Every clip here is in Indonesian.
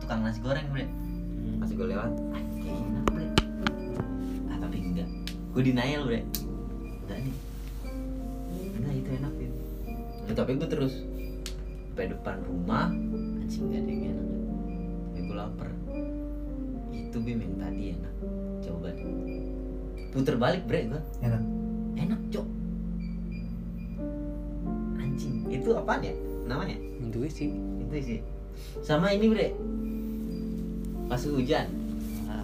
tukang nasi goreng bre pas gue lewat anjing enak bre ah tapi enggak gue denial bre enggak nih enggak itu enak Vin Nah, tapi gue terus sampai depan rumah anjing gak ada yang enak tapi gue lapar itu Bim yang tadi enak coba deh puter balik bre gue enak enak cok anjing itu apaan ya namanya intuisi itu sih sama ini bre pas hujan Nah.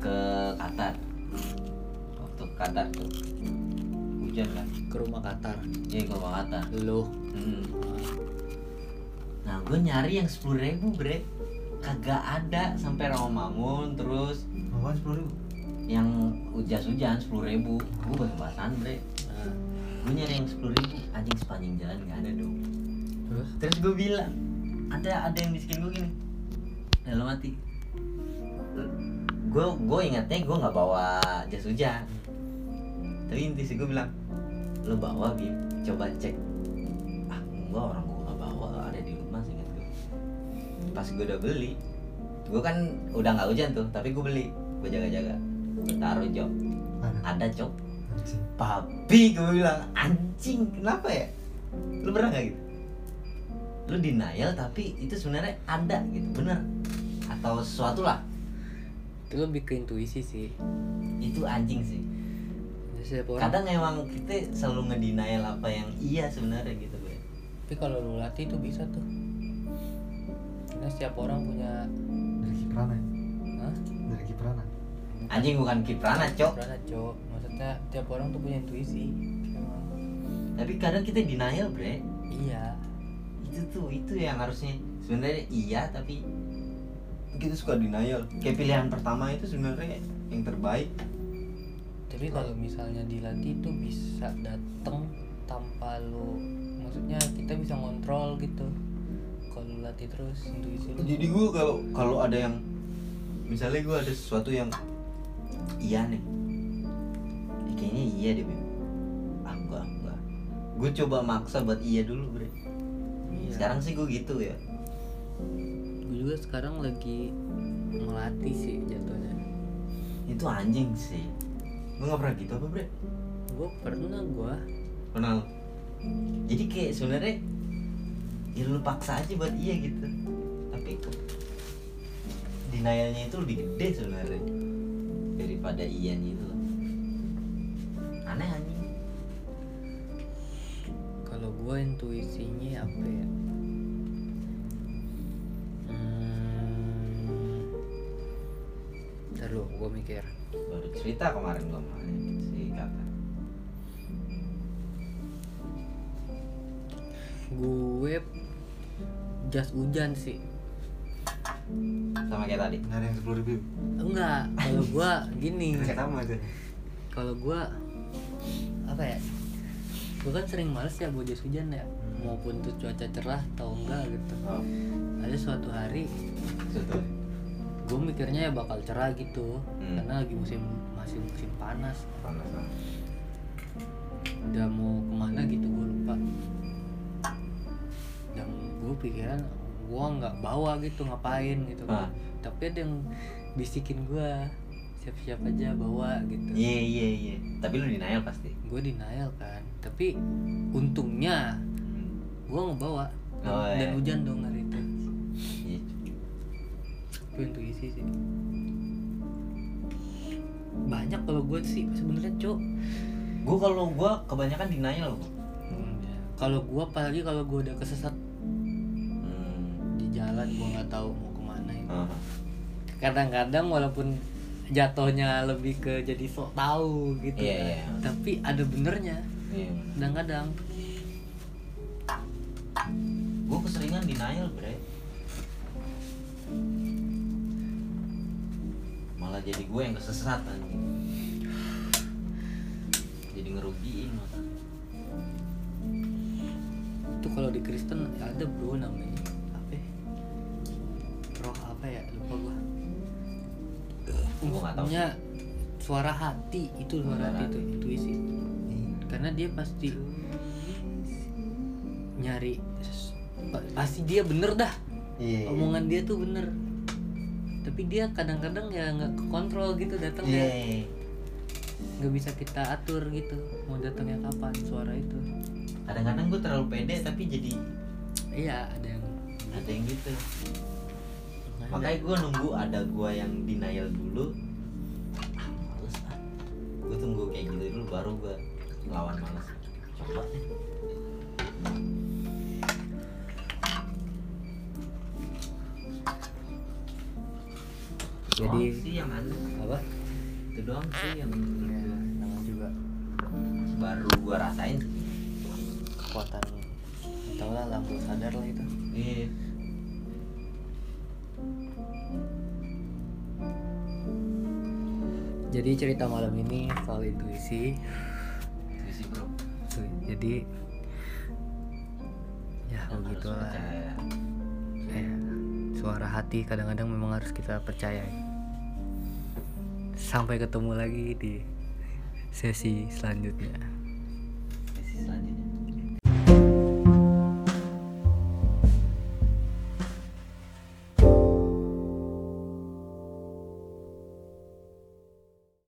ke Qatar waktu ke Qatar tuh hujan kan ke rumah Qatar iya ke Qatar lu Hmm. Nah, gue nyari yang sepuluh ribu, bre. Kagak ada sampai Romangun terus Apaan sepuluh ribu? yang hujan-hujan sepuluh ribu. Gue pakai perasaan, bre. nah, Gue nyari yang sepuluh ribu, anjing sepanjang jalan nggak ada dong. terus Terus gue bilang, ada ada yang miskin gue gini. Dalam mati. Gue gue ingatnya gue nggak bawa jas hujan. Tapi inti sih gue bilang, lo bawa bim, coba cek. Ah enggak orang gue nggak bawa ada di rumah sih gue. Pas gue udah beli, gue kan udah nggak hujan tuh, tapi gue beli, gue jaga-jaga, gue taruh jok, Mana? ada jok. Anjing. Papi gue bilang anjing kenapa ya? Lu pernah gak gitu? Lu denial tapi itu sebenarnya ada gitu bener atau sesuatu lah itu lebih ke intuisi sih itu anjing sih. Jadi setiap orang Kadang emang kita selalu ngedenial apa yang iya sebenarnya gitu gue. tapi kalau lu latih itu bisa tuh karena setiap orang punya Dari Kiprana ya? Hah? Dari Kiprana Anjing bukan kiprana cok Berana, cok maksudnya tiap orang tuh punya intuisi Emang. tapi kadang kita denial bre iya itu tuh itu yang harusnya sebenarnya iya tapi kita suka denial kayak pilihan pertama itu sebenarnya yang terbaik tapi kalau misalnya dilatih itu bisa dateng tanpa lu maksudnya kita bisa ngontrol gitu kalau lu latih terus intuisi lu jadi gue kalau kalau ada yang misalnya gue ada sesuatu yang iya nih Eh, kayaknya iya deh Bim ah enggak enggak gue coba maksa buat iya dulu bre Iya. sekarang sih gue gitu ya gue juga sekarang lagi melatih sih jatuhnya itu anjing sih gue nggak pernah gitu apa bre gue pernah gue pernah lu? jadi kayak sebenarnya ya lu paksa aja buat iya gitu tapi ke- denialnya itu lebih gede sebenarnya daripada iya itu aneh anjing kalau gue intuisinya apa ya hmm, ntar lu gue mikir baru cerita kemarin gua kemarin si kata gue jas hujan sih sama kayak tadi Nggak ada yang sepuluh ribu enggak kalau gue gini Kayak kamu aja kalau gua apa ya gua kan sering males ya bawa jas hujan ya maupun tuh cuaca cerah atau enggak gitu oh, ada suatu hari betul gua mikirnya ya bakal cerah gitu Hmm. karena lagi musim masih musim panas panas banget udah mau kemana gitu gua lupa dan gua pikiran gua nggak bawa gitu ngapain gitu Ah. tapi ada yang bisikin gua siap-siap aja bawa gitu iya iya iya tapi lu denial pasti gue denial kan tapi untungnya Hmm. gue ngebawa dan, Oh, iya. dan hujan dong hari itu Iya. itu intuisi sih banyak kalau gue sih sebenarnya cok gua kalau gua kebanyakan denial loh kalau gue apalagi kalau gue udah kesesat hmm. di jalan gue nggak tahu mau kemana itu ah. kadang-kadang walaupun jatuhnya lebih ke jadi sok tahu gitu Iya, kan. iya. tapi ada benernya iya bener. kadang-kadang gua keseringan denial bre malah jadi gue yang kesesat anjing jadi ngerugiin malah. itu kalau di Kristen ya ada bro namanya apa ya? roh apa ya lupa gua Gua nggak tahu. Intinya suara hati itu suara Suara hati itu intuisi karena dia pasti nyari pasti dia bener dah Iya. omongan dia tuh bener tapi dia kadang-kadang ya nggak kekontrol gitu datang Iya. ya nggak bisa kita atur gitu mau datangnya kapan suara itu kadang-kadang gue terlalu pede tapi jadi iya ada yang ada yang gitu makanya gue nunggu ada gue yang denial dulu ah males ah gue tunggu kayak gitu dulu baru gue lawan males coba deh. Jadi- Doang sih yang aneh apa itu doang sih yang menurut ya, gua namanya juga baru gue rasain kekuatan tau lah alam bawah sadar lah itu Iya. jadi cerita malam ini soal intuisi sih bro Tuh, jadi ya Yang harus begitulah percaya. Eh, suara hati kadang-kadang memang harus kita percayai. Sampai ketemu lagi di sesi selanjutnya.